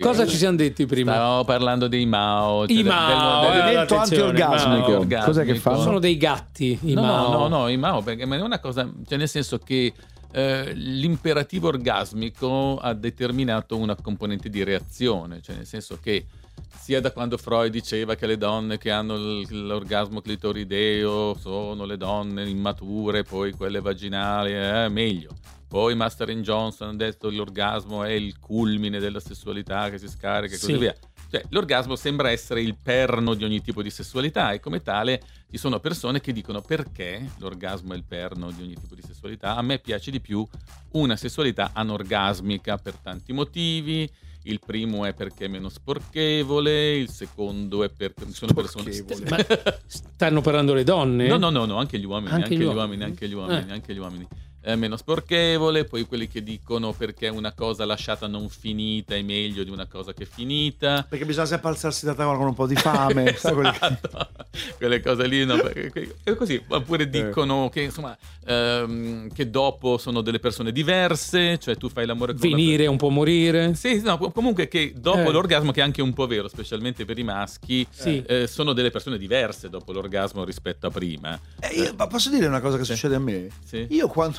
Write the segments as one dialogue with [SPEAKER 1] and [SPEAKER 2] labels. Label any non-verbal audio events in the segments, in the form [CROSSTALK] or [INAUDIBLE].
[SPEAKER 1] Cosa ci siamo detti prima?
[SPEAKER 2] Stavamo parlando dei Mao. cioè
[SPEAKER 1] I Mao, eh,
[SPEAKER 3] Movimento
[SPEAKER 1] attenzione,
[SPEAKER 3] anti-orgasmico.
[SPEAKER 1] Mao.
[SPEAKER 2] Mao.
[SPEAKER 3] Cos'è che
[SPEAKER 2] Orgasmico.
[SPEAKER 3] fanno?
[SPEAKER 1] Sono dei gatti i
[SPEAKER 2] no,
[SPEAKER 1] Mao.
[SPEAKER 2] no, no, no, i Mao, perché ma è una cosa, cioè nel senso che eh, l'imperativo orgasmico ha determinato una componente di reazione, cioè nel senso che sia da quando Freud diceva che le donne che hanno l- l'orgasmo clitorideo sono le donne immature, poi quelle vaginali, eh, meglio. Poi Master and Johnson ha detto che l'orgasmo è il culmine della sessualità che si scarica e così
[SPEAKER 1] Sì.
[SPEAKER 2] via. Cioè, l'orgasmo sembra essere il perno di ogni tipo di sessualità e come tale ci sono persone che dicono perché l'orgasmo è il perno di ogni tipo di sessualità. A me piace di più una sessualità anorgasmica per tanti motivi. Il primo è perché è meno sporchevole, il secondo è perché ci sono persone
[SPEAKER 3] Sporchevole.
[SPEAKER 1] Ma stanno parlando le donne?
[SPEAKER 2] No, no, no, no, anche gli uomini,
[SPEAKER 1] Eh? Anche
[SPEAKER 2] anche,
[SPEAKER 1] gli
[SPEAKER 2] gli
[SPEAKER 1] uomini.
[SPEAKER 2] uomini, anche gli uomini,
[SPEAKER 1] Eh.
[SPEAKER 2] anche gli uomini. È meno sporchevole, poi quelli che dicono perché una cosa lasciata non finita è meglio di una cosa che è finita.
[SPEAKER 3] Perché bisogna sempre alzarsi da tavola con un po' di [LAUGHS] fame. sai quelli che-
[SPEAKER 2] [LAUGHS] Esatto. quelle cose lì no, perché- que- è così
[SPEAKER 1] Eh.
[SPEAKER 2] oppure dicono che insomma ehm, che dopo sono delle persone diverse cioè tu fai l'amore con una-
[SPEAKER 1] Venire, un po' morire?
[SPEAKER 2] sì, no, comunque che dopo
[SPEAKER 1] Eh.
[SPEAKER 2] l'orgasmo, che è anche un po' vero, specialmente per i maschi,
[SPEAKER 1] Sì.
[SPEAKER 2] eh, sono delle persone diverse dopo l'orgasmo rispetto a prima. [LAUGHS]
[SPEAKER 3] Eh, io- ma posso dire una cosa che
[SPEAKER 2] Sì.
[SPEAKER 3] succede a me?
[SPEAKER 2] Sì.
[SPEAKER 3] Io quando...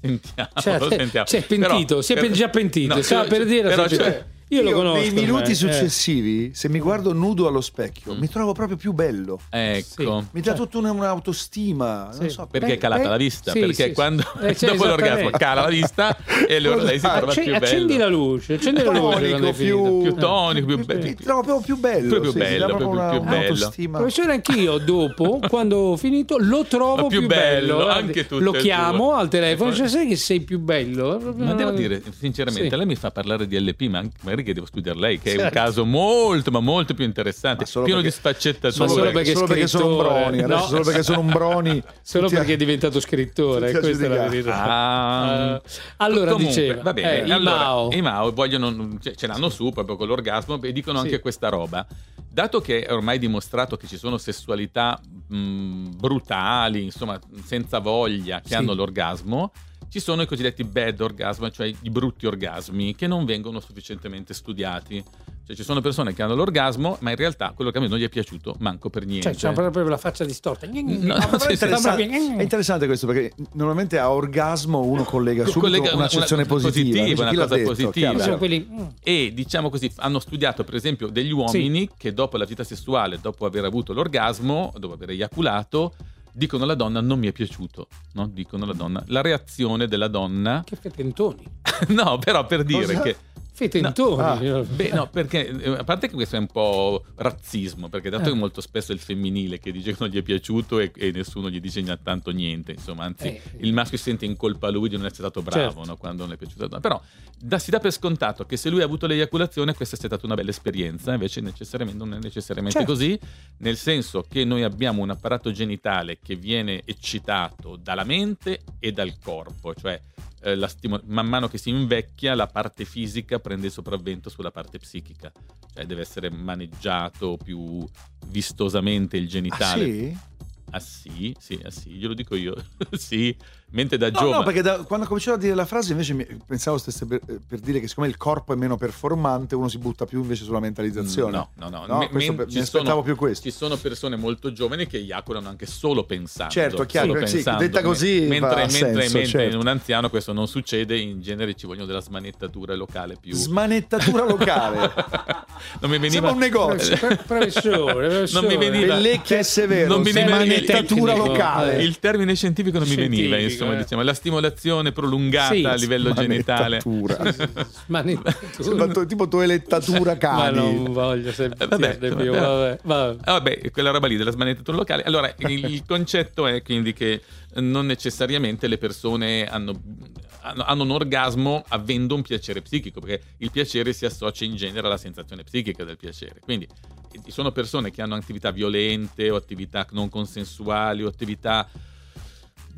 [SPEAKER 2] Sentiamo,
[SPEAKER 1] Cioè,
[SPEAKER 2] lo
[SPEAKER 1] se-
[SPEAKER 2] sentiamo.
[SPEAKER 1] si è pentito, si è
[SPEAKER 2] per-
[SPEAKER 1] pe- già pentito,
[SPEAKER 2] No,
[SPEAKER 1] stava
[SPEAKER 2] cioè,
[SPEAKER 1] per dire la
[SPEAKER 2] però,
[SPEAKER 1] sua-
[SPEAKER 2] cioè,
[SPEAKER 1] Io lo conosco.
[SPEAKER 3] Nei minuti
[SPEAKER 1] ormai, eh.
[SPEAKER 3] successivi, se mi guardo nudo allo specchio,
[SPEAKER 2] Mm.
[SPEAKER 3] mi trovo proprio più bello.
[SPEAKER 2] Ecco.
[SPEAKER 1] Sì.
[SPEAKER 3] Mi dà
[SPEAKER 1] Cioè-
[SPEAKER 3] tutta una- un'autostima.
[SPEAKER 1] Sì.
[SPEAKER 3] Non so,
[SPEAKER 2] Perché
[SPEAKER 3] beh,
[SPEAKER 2] è calata
[SPEAKER 3] beh,
[SPEAKER 2] la vista?
[SPEAKER 1] sì,
[SPEAKER 2] perché
[SPEAKER 1] sì,
[SPEAKER 2] quando
[SPEAKER 1] sì.
[SPEAKER 2] [LAUGHS]
[SPEAKER 1] Eh, cioè,
[SPEAKER 2] dopo l'orgasmo
[SPEAKER 1] esattamente.
[SPEAKER 2] cala la vista e allora lei si trova
[SPEAKER 1] Acce-
[SPEAKER 2] più
[SPEAKER 1] accendi
[SPEAKER 2] bello.
[SPEAKER 1] la luce, accendi la luce
[SPEAKER 3] Tonico,
[SPEAKER 1] quando è
[SPEAKER 3] più-
[SPEAKER 1] finito.
[SPEAKER 2] più tonico, più
[SPEAKER 3] mi-
[SPEAKER 2] bello.
[SPEAKER 3] Mi trovo proprio più bello.
[SPEAKER 2] Proprio
[SPEAKER 3] sì, mi dà
[SPEAKER 2] bello,
[SPEAKER 3] proprio
[SPEAKER 2] proprio
[SPEAKER 3] una-
[SPEAKER 2] più bello.
[SPEAKER 3] un'autostima.
[SPEAKER 1] Eh. Professore,
[SPEAKER 2] [LAUGHS]
[SPEAKER 1] anch'io dopo, quando ho finito, lo trovo
[SPEAKER 2] Ma
[SPEAKER 1] più,
[SPEAKER 2] più bello,
[SPEAKER 1] guardi.
[SPEAKER 2] anche tu,
[SPEAKER 1] Lo
[SPEAKER 2] te,
[SPEAKER 1] chiamo
[SPEAKER 2] tu.
[SPEAKER 1] al telefono, cioè, sai che sei più bello?
[SPEAKER 2] Eh,
[SPEAKER 1] Eh,
[SPEAKER 2] Ma devo
[SPEAKER 1] Mm.
[SPEAKER 2] dire, sinceramente, lei mi fa parlare di LP, ma anche- magari che devo studiare lei, che è un caso molto, ma molto più interessante,
[SPEAKER 3] Ma solo
[SPEAKER 2] pieno di
[SPEAKER 3] perché-
[SPEAKER 2] sfaccettature.
[SPEAKER 1] Ma solo perché è
[SPEAKER 3] solo perché sono un
[SPEAKER 1] scrittore.
[SPEAKER 3] broni. Adesso
[SPEAKER 1] No.
[SPEAKER 3] solo perché sono un broni.
[SPEAKER 1] [LAUGHS] Solo
[SPEAKER 3] Ti-
[SPEAKER 1] perché è diventato scrittore,
[SPEAKER 3] Tutti a
[SPEAKER 1] questa è la
[SPEAKER 3] giudicare.
[SPEAKER 1] verità.
[SPEAKER 2] Ah,
[SPEAKER 1] Eh, allora
[SPEAKER 2] comunque,
[SPEAKER 1] diceva,
[SPEAKER 2] va bene,
[SPEAKER 1] eh, i
[SPEAKER 2] allora,
[SPEAKER 1] Mao.
[SPEAKER 2] i Mao vogliono, cioè, ce l'hanno su proprio con l'orgasmo e dicono
[SPEAKER 1] Sì.
[SPEAKER 2] anche questa roba. Dato che è ormai dimostrato che ci sono sessualità mh, brutali, insomma, senza voglia, che
[SPEAKER 1] Sì.
[SPEAKER 2] hanno l'orgasmo, ci sono i cosiddetti bad orgasm, cioè i brutti orgasmi, che non vengono sufficientemente studiati. Cioè ci sono persone che hanno l'orgasmo, ma in realtà quell'orgasmo non gli è piaciuto manco per niente.
[SPEAKER 1] Cioè, c'ha proprio la faccia distorta.
[SPEAKER 2] No,
[SPEAKER 3] Ma però è,
[SPEAKER 2] sì, sì.
[SPEAKER 3] interessante,
[SPEAKER 1] Mm.
[SPEAKER 3] è interessante questo perché normalmente a orgasmo uno collega
[SPEAKER 2] Co-
[SPEAKER 3] subito
[SPEAKER 2] collega una-
[SPEAKER 3] un'accezione
[SPEAKER 2] una-
[SPEAKER 3] positiva,
[SPEAKER 2] positiva,
[SPEAKER 3] invece
[SPEAKER 2] una
[SPEAKER 3] chi l'ha
[SPEAKER 2] cosa
[SPEAKER 3] detto?
[SPEAKER 2] positiva.
[SPEAKER 3] Chiaro.
[SPEAKER 1] Sono quelli... mm.
[SPEAKER 2] e diciamo così hanno studiato per esempio degli uomini che dopo la vita sessuale dopo aver avuto l'orgasmo dopo aver eiaculato dicono alla donna non mi è piaciuto no? dicono alla donna la reazione della donna [LAUGHS]
[SPEAKER 1] Che fetentoni.
[SPEAKER 2] no però per dire
[SPEAKER 3] Cosa?
[SPEAKER 2] che
[SPEAKER 3] Ah.
[SPEAKER 1] Fetentoni.
[SPEAKER 2] Beh,
[SPEAKER 1] [LAUGHS]
[SPEAKER 2] no, perché eh, a parte che questo è un po' razzismo, perché dato
[SPEAKER 1] Eh.
[SPEAKER 2] che molto spesso è il femminile che dice che non gli è piaciuto e, e nessuno gli dice niente- tanto niente, insomma, anzi,
[SPEAKER 1] Eh.
[SPEAKER 2] il maschio si sente in colpa lui di non essere stato bravo
[SPEAKER 1] Certo.
[SPEAKER 2] no, quando non è piaciuto. No, Però da- si dà per scontato che se lui ha avuto l'eiaculazione, questa sia stata una bella esperienza, invece necessariamente, non è necessariamente
[SPEAKER 1] Certo.
[SPEAKER 2] così, nel senso che noi abbiamo un apparato genitale che viene eccitato dalla mente e dal corpo, cioè eh, la stimo- man mano che si invecchia la parte fisica prende il sopravvento sulla parte psichica, cioè deve essere maneggiato più vistosamente il
[SPEAKER 3] Ah,
[SPEAKER 2] genitale.
[SPEAKER 3] sì?
[SPEAKER 2] Ah sì, sì, ah sì, glielo dico io. [LAUGHS] sì, mentre da
[SPEAKER 3] No,
[SPEAKER 2] giovane...
[SPEAKER 3] no, perché da- quando cominciavo a dire la frase invece mi- pensavo stesse per, eh, per dire che siccome il corpo è meno performante uno si butta più invece sulla mentalizzazione.
[SPEAKER 2] No, no, no,
[SPEAKER 3] No,
[SPEAKER 2] me-
[SPEAKER 3] questo
[SPEAKER 2] me-
[SPEAKER 3] per-
[SPEAKER 2] ci
[SPEAKER 3] mi aspettavo
[SPEAKER 2] sono-
[SPEAKER 3] più questo.
[SPEAKER 2] Ci sono persone molto giovani che eiaculano anche solo pensando.
[SPEAKER 3] Certo, chiaro,
[SPEAKER 2] solo
[SPEAKER 3] sì,
[SPEAKER 2] pensando.
[SPEAKER 3] detta così
[SPEAKER 2] mentre,
[SPEAKER 3] va a
[SPEAKER 2] mentre,
[SPEAKER 3] senso,
[SPEAKER 2] mentre
[SPEAKER 3] certo.
[SPEAKER 2] in un anziano questo non succede, in genere ci vogliono della smanettatura locale più
[SPEAKER 3] Smanettatura
[SPEAKER 2] [LAUGHS]
[SPEAKER 3] locale.
[SPEAKER 2] non mi
[SPEAKER 3] Sembra
[SPEAKER 2] veniva Eh,
[SPEAKER 3] un negozio.
[SPEAKER 1] Pre- professore,
[SPEAKER 2] non mi
[SPEAKER 1] professore.
[SPEAKER 2] veniva
[SPEAKER 3] Pellecchia e severo.
[SPEAKER 2] eh, Non mi veniva-
[SPEAKER 3] smanettatura
[SPEAKER 1] tecnico.
[SPEAKER 3] locale.
[SPEAKER 2] Eh, il termine scientifico non mi
[SPEAKER 1] Scientifico,
[SPEAKER 2] veniva, insomma,
[SPEAKER 1] eh.
[SPEAKER 2] diciamo, la stimolazione prolungata
[SPEAKER 1] Sì,
[SPEAKER 2] a livello genitale.
[SPEAKER 3] Smanettatura.
[SPEAKER 1] Ma ne-
[SPEAKER 3] Sembra to- tipo toelettatura
[SPEAKER 1] Ma
[SPEAKER 3] cani.
[SPEAKER 1] non voglio
[SPEAKER 2] [LAUGHS] Eh, vabbè,
[SPEAKER 1] sentirne
[SPEAKER 2] insomma,
[SPEAKER 1] più.
[SPEAKER 2] però-
[SPEAKER 1] Vabbè, vabbè.
[SPEAKER 2] Ah, vabbè, quella roba lì della smanettatura locale. Allora, il, il concetto è quindi che non necessariamente le persone hanno, hanno- hanno un orgasmo avendo un piacere psichico, perché il piacere si associa in genere alla sensazione psichica del piacere. Quindi eh, ci sono persone che hanno attività violente o attività non consensuali o attività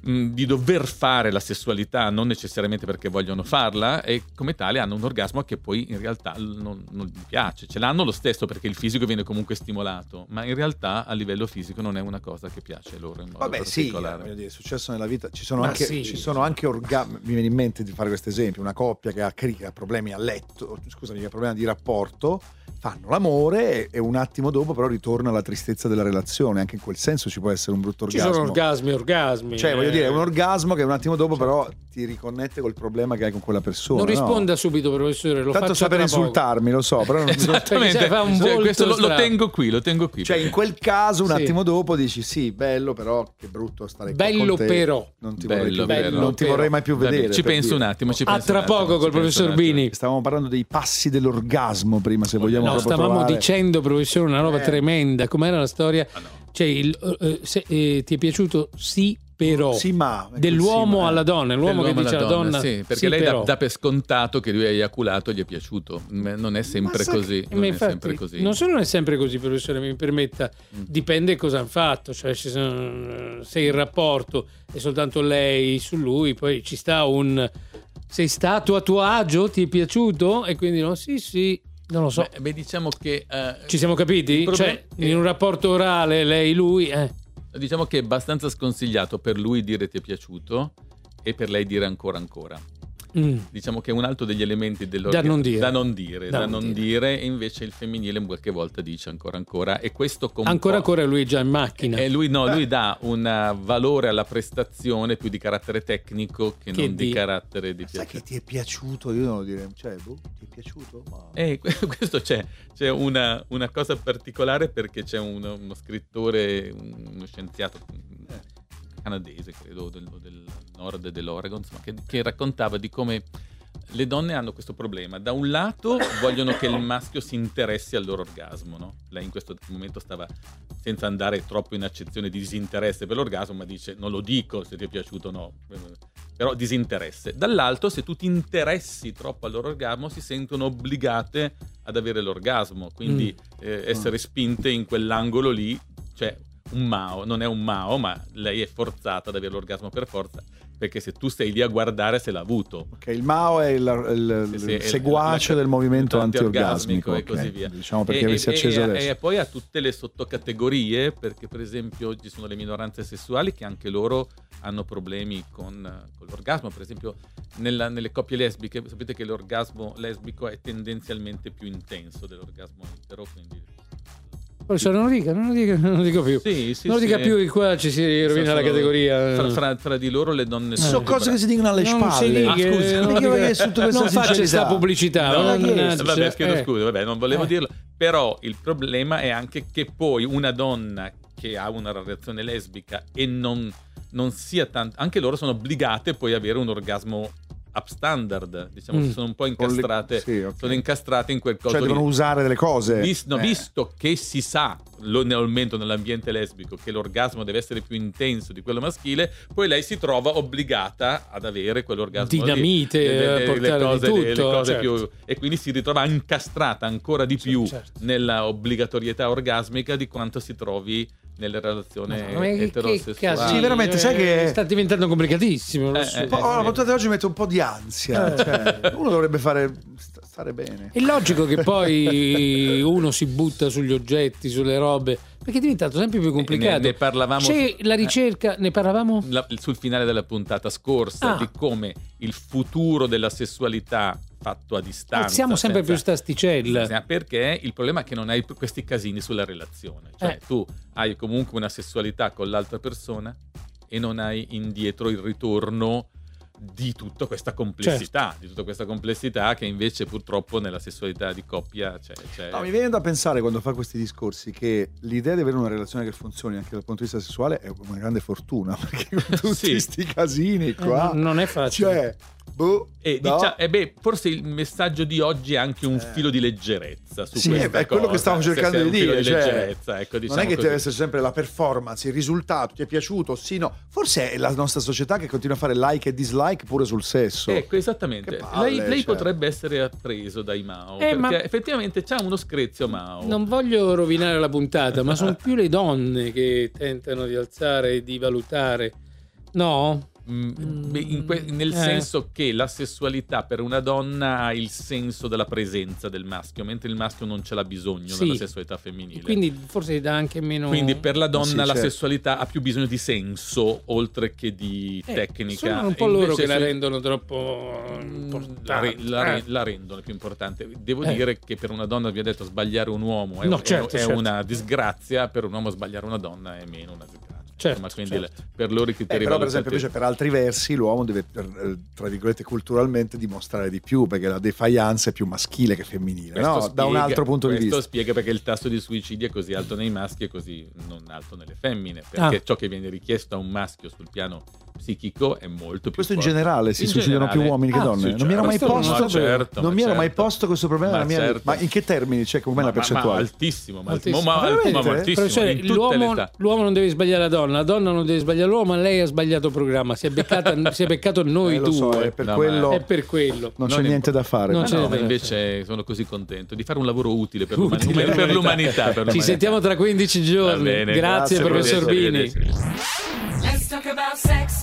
[SPEAKER 2] mh, mm, di dover fare la sessualità non necessariamente perché vogliono farla e come tale hanno un orgasmo che poi in realtà non, non gli piace. Ce l'hanno lo stesso perché il fisico viene comunque stimolato, ma in realtà a livello fisico non è una cosa che piace loro in modo
[SPEAKER 3] Vabbè, sì, eh,
[SPEAKER 2] particolare. [LAUGHS]
[SPEAKER 3] voglio dire, è successo nella vita. Ci sono
[SPEAKER 1] Ma
[SPEAKER 3] anche,
[SPEAKER 1] sì.
[SPEAKER 3] ci sono anche orgasmi. Mi viene in mente di fare questo esempio: una coppia che ha, cri- che ha problemi a letto, scusami, che ha problemi di rapporto, fanno l'amore e, e un attimo dopo, però, ritorna la tristezza della relazione. Anche in quel senso ci può essere un brutto
[SPEAKER 1] Ci
[SPEAKER 3] orgasmo.
[SPEAKER 1] sono orgasmi, orgasmi.
[SPEAKER 3] Cioè, voglio
[SPEAKER 1] eh. Certo.
[SPEAKER 3] dire, è un orgasmo che un attimo dopo, però, ti riconnette col problema che hai con quella persona.
[SPEAKER 1] Non
[SPEAKER 3] no?
[SPEAKER 1] risponda subito, professore. Lo
[SPEAKER 3] Tanto
[SPEAKER 1] faccio
[SPEAKER 3] sta per
[SPEAKER 1] tra poco. Esatto.
[SPEAKER 3] insultarmi, lo so,
[SPEAKER 1] [LAUGHS]
[SPEAKER 3] però non mi
[SPEAKER 1] Perché
[SPEAKER 2] Esattamente,
[SPEAKER 1] se fa un
[SPEAKER 2] Cioè,
[SPEAKER 1] volto
[SPEAKER 2] questo lo, lo
[SPEAKER 1] strano.
[SPEAKER 2] tengo qui, lo tengo qui.
[SPEAKER 3] Cioè,
[SPEAKER 2] perché-
[SPEAKER 3] in quel caso, un
[SPEAKER 1] Sì.
[SPEAKER 3] attimo dopo dici: Sì, bello, però che brutto stare qui
[SPEAKER 1] Bello
[SPEAKER 3] con te.
[SPEAKER 1] però.
[SPEAKER 3] Non ti,
[SPEAKER 2] Bello,
[SPEAKER 3] vorrei, più,
[SPEAKER 1] bello,
[SPEAKER 3] non ti
[SPEAKER 1] però.
[SPEAKER 3] vorrei mai più
[SPEAKER 2] Vabbè,
[SPEAKER 3] vedere.
[SPEAKER 2] ci
[SPEAKER 3] per
[SPEAKER 2] penso
[SPEAKER 3] dire.
[SPEAKER 2] un attimo, ci
[SPEAKER 1] A
[SPEAKER 2] penso
[SPEAKER 1] Ah, tra
[SPEAKER 2] un attimo,
[SPEAKER 1] poco
[SPEAKER 2] ci
[SPEAKER 1] col
[SPEAKER 2] penso
[SPEAKER 1] professor
[SPEAKER 2] un attimo.
[SPEAKER 1] Bini.
[SPEAKER 3] Stavamo parlando dei passi dell'orgasmo prima, se vogliamo
[SPEAKER 1] No,
[SPEAKER 3] proprio
[SPEAKER 1] stavamo
[SPEAKER 3] trovare.
[SPEAKER 1] dicendo, professore, una roba
[SPEAKER 3] Eh.
[SPEAKER 1] tremenda. Com'era la storia?
[SPEAKER 2] Ah, no.
[SPEAKER 1] Cioè, il, eh, se, eh, ti è piaciuto sì, però.
[SPEAKER 3] Sì, ma eh,
[SPEAKER 1] Dell'uomo
[SPEAKER 3] Sì, ma-
[SPEAKER 1] alla donna, l'uomo che
[SPEAKER 2] Dell'uomo
[SPEAKER 1] dice alla donna,
[SPEAKER 2] sì, perché
[SPEAKER 1] sì,
[SPEAKER 2] lei dà-
[SPEAKER 1] però.
[SPEAKER 2] dà, per scontato che lui ha eiaculato e gli è piaciuto. Ma Non è sempre
[SPEAKER 3] Ma sai
[SPEAKER 2] così.
[SPEAKER 1] Eh,
[SPEAKER 2] Non
[SPEAKER 1] ma
[SPEAKER 2] è
[SPEAKER 1] infatti,
[SPEAKER 2] sempre così.
[SPEAKER 1] non solo non è sempre così, professore, mi permetta,
[SPEAKER 2] Mm.
[SPEAKER 1] dipende cosa hanno fatto, cioè ci sono- eh, se il rapporto è soltanto lei su lui, poi ci sta un sei stato a tuo agio, ti è piaciuto e quindi no, sì, sì, non lo so.
[SPEAKER 2] Beh, beh, diciamo che. eh,
[SPEAKER 1] ci siamo capiti?
[SPEAKER 2] il problema-
[SPEAKER 1] Cioè, in un rapporto orale lei lui eh.
[SPEAKER 2] Diciamo che è abbastanza sconsigliato per lui dire ti è piaciuto e per lei dire ancora ancora.
[SPEAKER 1] Mm.
[SPEAKER 2] Diciamo che è un altro degli elementi dell'orga-
[SPEAKER 1] Da non dire.
[SPEAKER 2] Da non dire,
[SPEAKER 1] Da
[SPEAKER 2] da
[SPEAKER 1] non
[SPEAKER 2] non dire, e invece il femminile qualche volta dice ancora ancora. E questo comporta.
[SPEAKER 1] Ancora ancora lui è già in macchina.
[SPEAKER 2] E lui no, lui dà un eh, valore alla prestazione più di carattere tecnico che,
[SPEAKER 1] Che
[SPEAKER 2] non di,
[SPEAKER 1] di-
[SPEAKER 2] carattere di
[SPEAKER 3] Ma Sai che
[SPEAKER 2] piacere.
[SPEAKER 3] ti è piaciuto? Io devo dire, cioè, boh, ti è piaciuto? Ma...
[SPEAKER 2] Eh, [LAUGHS] que- questo c'è, c'è una, una cosa particolare perché c'è uno, uno scrittore, un- uno scienziato mm, canadese, credo, o del, o del nord dell'Oregon, insomma, che, che raccontava di come le donne hanno questo problema. Da un lato vogliono che il maschio si interessi al loro orgasmo, no? Lei in questo momento stava senza andare troppo in accezione di disinteresse per l'orgasmo, ma dice non lo dico se ti è piaciuto o no, però disinteresse. Dall'alto se tu ti interessi troppo al loro orgasmo si sentono obbligate ad avere l'orgasmo, quindi eh, essere spinte in quell'angolo lì, cioè un Mao, non è un Mao, ma lei è forzata ad avere l'orgasmo per forza, perché se tu stai lì a guardare se l'ha avuto.
[SPEAKER 3] Ok, il Mao è il, il-
[SPEAKER 2] Sì,
[SPEAKER 3] il
[SPEAKER 2] sì, è
[SPEAKER 3] seguace
[SPEAKER 2] la-
[SPEAKER 3] del movimento
[SPEAKER 2] anti-orgasmico
[SPEAKER 3] antiorgasmico.
[SPEAKER 2] e
[SPEAKER 3] ok.
[SPEAKER 2] così via.
[SPEAKER 3] Diciamo perché
[SPEAKER 2] e,
[SPEAKER 3] avessi
[SPEAKER 2] e-
[SPEAKER 3] acceso
[SPEAKER 2] e-
[SPEAKER 3] adesso. Eh,
[SPEAKER 2] e poi ha tutte le sottocategorie, perché per esempio ci sono le minoranze sessuali che anche loro hanno problemi con, eh, con l'orgasmo. Per esempio nella- nelle coppie lesbiche sapete che l'orgasmo lesbico è tendenzialmente più intenso dell'orgasmo etero, quindi...
[SPEAKER 1] Professore, non lo dica, non lo dica, non lo dico più.
[SPEAKER 2] Sì, sì,
[SPEAKER 1] non lo
[SPEAKER 2] sì.
[SPEAKER 1] dica più che qua ci si rovina
[SPEAKER 2] Sono-
[SPEAKER 1] la categoria.
[SPEAKER 2] Fra, fra- fra di loro le donne
[SPEAKER 3] Sono cose che si dicono alle
[SPEAKER 1] Non si
[SPEAKER 3] spalle.
[SPEAKER 1] dica,
[SPEAKER 2] Ah, scusa.
[SPEAKER 1] non,
[SPEAKER 3] Perché
[SPEAKER 1] dica-
[SPEAKER 3] è sotto questa
[SPEAKER 1] non faccia
[SPEAKER 3] sincerità?
[SPEAKER 1] sta pubblicità.
[SPEAKER 2] No,
[SPEAKER 1] non-
[SPEAKER 3] l'ha chiesto.
[SPEAKER 1] non-
[SPEAKER 2] Vabbè, chiedo
[SPEAKER 1] eh.
[SPEAKER 2] scusa, vabbè, non volevo
[SPEAKER 1] Eh.
[SPEAKER 2] dirlo. Però il problema è anche che poi una donna che ha una relazione lesbica e non, non sia tanto... Anche loro sono obbligate poi ad avere un orgasmo upstandard, diciamo,
[SPEAKER 1] Mm.
[SPEAKER 2] che sono un po'
[SPEAKER 3] Con le-
[SPEAKER 2] incastrate.
[SPEAKER 3] sì, ok.
[SPEAKER 2] Sono incastrate in quel coso
[SPEAKER 3] Cioè,
[SPEAKER 2] lì.
[SPEAKER 3] devono usare delle cose.
[SPEAKER 2] Vis- no,
[SPEAKER 3] Eh.
[SPEAKER 2] Visto che si sa, lo, almeno nell'ambiente lesbico, che l'orgasmo deve essere più intenso di quello maschile, poi lei si trova obbligata ad avere quell'orgasmo lì.
[SPEAKER 1] Dinamite,
[SPEAKER 2] Le- le-
[SPEAKER 1] eh,
[SPEAKER 2] le
[SPEAKER 1] portare
[SPEAKER 2] cose-
[SPEAKER 1] di
[SPEAKER 2] le-
[SPEAKER 1] tutto.
[SPEAKER 2] le cose
[SPEAKER 1] certo.
[SPEAKER 2] più- e quindi si ritrova incastrata ancora di
[SPEAKER 1] Certo,
[SPEAKER 2] più
[SPEAKER 1] certo.
[SPEAKER 2] nella obbligatorietà orgasmica di quanto si trovi nelle relazioni
[SPEAKER 1] Ma che- che
[SPEAKER 2] eterosessuali.
[SPEAKER 1] casino,
[SPEAKER 3] Sì, veramente, sai che-
[SPEAKER 1] Sta diventando complicatissimo. lo
[SPEAKER 2] Eh,
[SPEAKER 1] so.
[SPEAKER 2] eh,
[SPEAKER 3] Un po'-
[SPEAKER 2] eh.
[SPEAKER 3] oh, la puntata di oggi mette un po' di ansia. cioè, uno dovrebbe fare st- stare bene.
[SPEAKER 1] Eh, certo. È logico che
[SPEAKER 3] [LAUGHS]
[SPEAKER 1] poi uno si butta sugli oggetti, sulle robe, perché è diventato sempre più complicato.
[SPEAKER 2] Ne, ne parlavamo
[SPEAKER 1] C'è la ricerca, ne parlavamo?
[SPEAKER 2] la- sul finale della puntata scorsa
[SPEAKER 1] Ah.
[SPEAKER 2] di come il futuro della sessualità fatto a distanza.
[SPEAKER 1] Alziamo sempre più
[SPEAKER 2] senza-
[SPEAKER 1] stasticella.
[SPEAKER 2] senza- Perché il problema è che non hai questi casini sulla relazione. Cioè,
[SPEAKER 1] Eh.
[SPEAKER 2] tu hai comunque una sessualità con l'altra persona e non hai indietro il ritorno di tutta questa complessità, di tutta questa complessità che invece purtroppo nella sessualità di coppia c'è. c'è-
[SPEAKER 3] No, mi viene da pensare quando fa questi discorsi che l'idea di avere una relazione che funzioni anche dal punto di vista sessuale è una grande fortuna [LAUGHS] perché con tutti
[SPEAKER 2] Sì.
[SPEAKER 3] questi casini
[SPEAKER 1] Eh,
[SPEAKER 3] qua,
[SPEAKER 1] non- non è facile.
[SPEAKER 3] cioè, boh,
[SPEAKER 2] E, diciamo,
[SPEAKER 3] no?
[SPEAKER 2] dicia- e beh, forse il messaggio di oggi è anche un
[SPEAKER 3] Eh.
[SPEAKER 2] filo di leggerezza. Su
[SPEAKER 3] Sì,
[SPEAKER 2] questa
[SPEAKER 3] è quello
[SPEAKER 2] cosa.
[SPEAKER 3] che stavo
[SPEAKER 2] Se- se
[SPEAKER 3] cercando
[SPEAKER 2] è
[SPEAKER 3] di
[SPEAKER 2] un filo
[SPEAKER 3] dire. cioè,
[SPEAKER 2] leggerezza, ecco, diciamo
[SPEAKER 3] non è che
[SPEAKER 2] così.
[SPEAKER 3] deve essere sempre la performance, il risultato, ti è piaciuto, sì, no. Forse è la nostra società che continua a fare like e dislike pure sul sesso.
[SPEAKER 2] Ecco, esattamente.
[SPEAKER 3] Certo. Che palle,
[SPEAKER 2] lei lei
[SPEAKER 3] cioè.
[SPEAKER 2] potrebbe essere appreso dai Mao.
[SPEAKER 1] Eh,
[SPEAKER 2] perché
[SPEAKER 1] ma-
[SPEAKER 2] effettivamente c'ha uno screzio Mao.
[SPEAKER 1] Non voglio rovinare la puntata, ma sono più le donne che tentano di alzare e di valutare No?
[SPEAKER 2] Mm,
[SPEAKER 1] Mm,
[SPEAKER 2] beh, in que- nel
[SPEAKER 1] eh.
[SPEAKER 2] senso che la sessualità per una donna ha il senso della presenza del maschio, mentre il maschio non ce l'ha bisogno
[SPEAKER 1] Sì.
[SPEAKER 2] della sessualità femminile.
[SPEAKER 1] Quindi forse dà anche meno...
[SPEAKER 2] Quindi per la donna
[SPEAKER 3] Sì,
[SPEAKER 2] la
[SPEAKER 3] certo.
[SPEAKER 2] sessualità ha più bisogno di senso oltre che di
[SPEAKER 1] Eh,
[SPEAKER 2] tecnica.
[SPEAKER 1] Sono un po'
[SPEAKER 2] E
[SPEAKER 1] loro
[SPEAKER 2] invece
[SPEAKER 1] che la
[SPEAKER 2] se-
[SPEAKER 1] rendono
[SPEAKER 2] la,
[SPEAKER 1] troppo
[SPEAKER 2] re-
[SPEAKER 1] importante.
[SPEAKER 2] la re-
[SPEAKER 1] Eh.
[SPEAKER 2] la rendono più importante. Devo
[SPEAKER 1] Eh.
[SPEAKER 2] dire che per una donna, vi ho detto, sbagliare un uomo è,
[SPEAKER 1] No,
[SPEAKER 2] è-
[SPEAKER 1] certo,
[SPEAKER 2] è
[SPEAKER 1] certo.
[SPEAKER 2] una disgrazia, per un uomo sbagliare una donna è meno una disgrazia.
[SPEAKER 1] Certo,
[SPEAKER 2] Insomma, quindi
[SPEAKER 1] certo.
[SPEAKER 2] le- per loro i
[SPEAKER 3] Beh,
[SPEAKER 2] criteri
[SPEAKER 3] Eh, però per esempio
[SPEAKER 2] valutativi-
[SPEAKER 3] invece per altri versi l'uomo deve eh, tra virgolette culturalmente dimostrare di più perché la defiance è più maschile che femminile
[SPEAKER 2] Questo
[SPEAKER 3] no? da un
[SPEAKER 2] spiega-
[SPEAKER 3] altro punto di vista
[SPEAKER 2] Questo spiega perché il tasso di suicidi è così alto nei maschi e così non alto nelle femmine, perché
[SPEAKER 1] Ah.
[SPEAKER 2] ciò che viene richiesto a un maschio sul piano psichico è molto più
[SPEAKER 3] questo in
[SPEAKER 2] forte.
[SPEAKER 3] generale si
[SPEAKER 2] In
[SPEAKER 3] suicidano
[SPEAKER 2] generale.
[SPEAKER 3] più uomini che
[SPEAKER 2] Ah,
[SPEAKER 3] donne
[SPEAKER 2] sì,
[SPEAKER 3] non mi ero mai
[SPEAKER 1] certo.
[SPEAKER 3] posto
[SPEAKER 1] Ma
[SPEAKER 2] certo,
[SPEAKER 3] non
[SPEAKER 2] ma
[SPEAKER 3] mi ero mai
[SPEAKER 2] certo.
[SPEAKER 3] posto questo problema
[SPEAKER 2] Ma
[SPEAKER 3] nella mia vita.
[SPEAKER 2] certo.
[SPEAKER 3] ma in che termini c'è com'è la
[SPEAKER 2] Ma,
[SPEAKER 3] percentuale
[SPEAKER 2] altissimo, ma,
[SPEAKER 1] Altissimo.
[SPEAKER 2] ma- ma-
[SPEAKER 3] Veramente?
[SPEAKER 2] ma altissimo,
[SPEAKER 1] Professore,
[SPEAKER 2] in tutte le
[SPEAKER 1] l'uomo,
[SPEAKER 2] età.
[SPEAKER 1] l'uomo non deve sbagliare la donna, la donna non deve sbagliare l'uomo, ma lei ha sbagliato programma, si è, beccata- si è beccato noi
[SPEAKER 3] Eh, lo
[SPEAKER 1] due.
[SPEAKER 3] so, è per
[SPEAKER 2] No, ma-
[SPEAKER 3] quello
[SPEAKER 1] È per quello.
[SPEAKER 3] non c'è
[SPEAKER 2] non è-
[SPEAKER 3] niente da fare
[SPEAKER 1] non
[SPEAKER 2] Ma
[SPEAKER 1] c'è
[SPEAKER 2] Ah, no,
[SPEAKER 1] da
[SPEAKER 2] ma
[SPEAKER 1] fare.
[SPEAKER 2] invece sono così contento di fare un lavoro utile per, l'uman-
[SPEAKER 1] [LAUGHS] Utile
[SPEAKER 2] per
[SPEAKER 1] all'umanità.
[SPEAKER 2] l'umanità. per
[SPEAKER 1] Ci
[SPEAKER 2] l'umanità.
[SPEAKER 1] sentiamo tra 15
[SPEAKER 2] Va
[SPEAKER 1] giorni.
[SPEAKER 2] bene,
[SPEAKER 1] grazie,
[SPEAKER 3] grazie,
[SPEAKER 1] professor Bini.
[SPEAKER 2] arrivederci, arrivederci.
[SPEAKER 4] Let's talk about sex,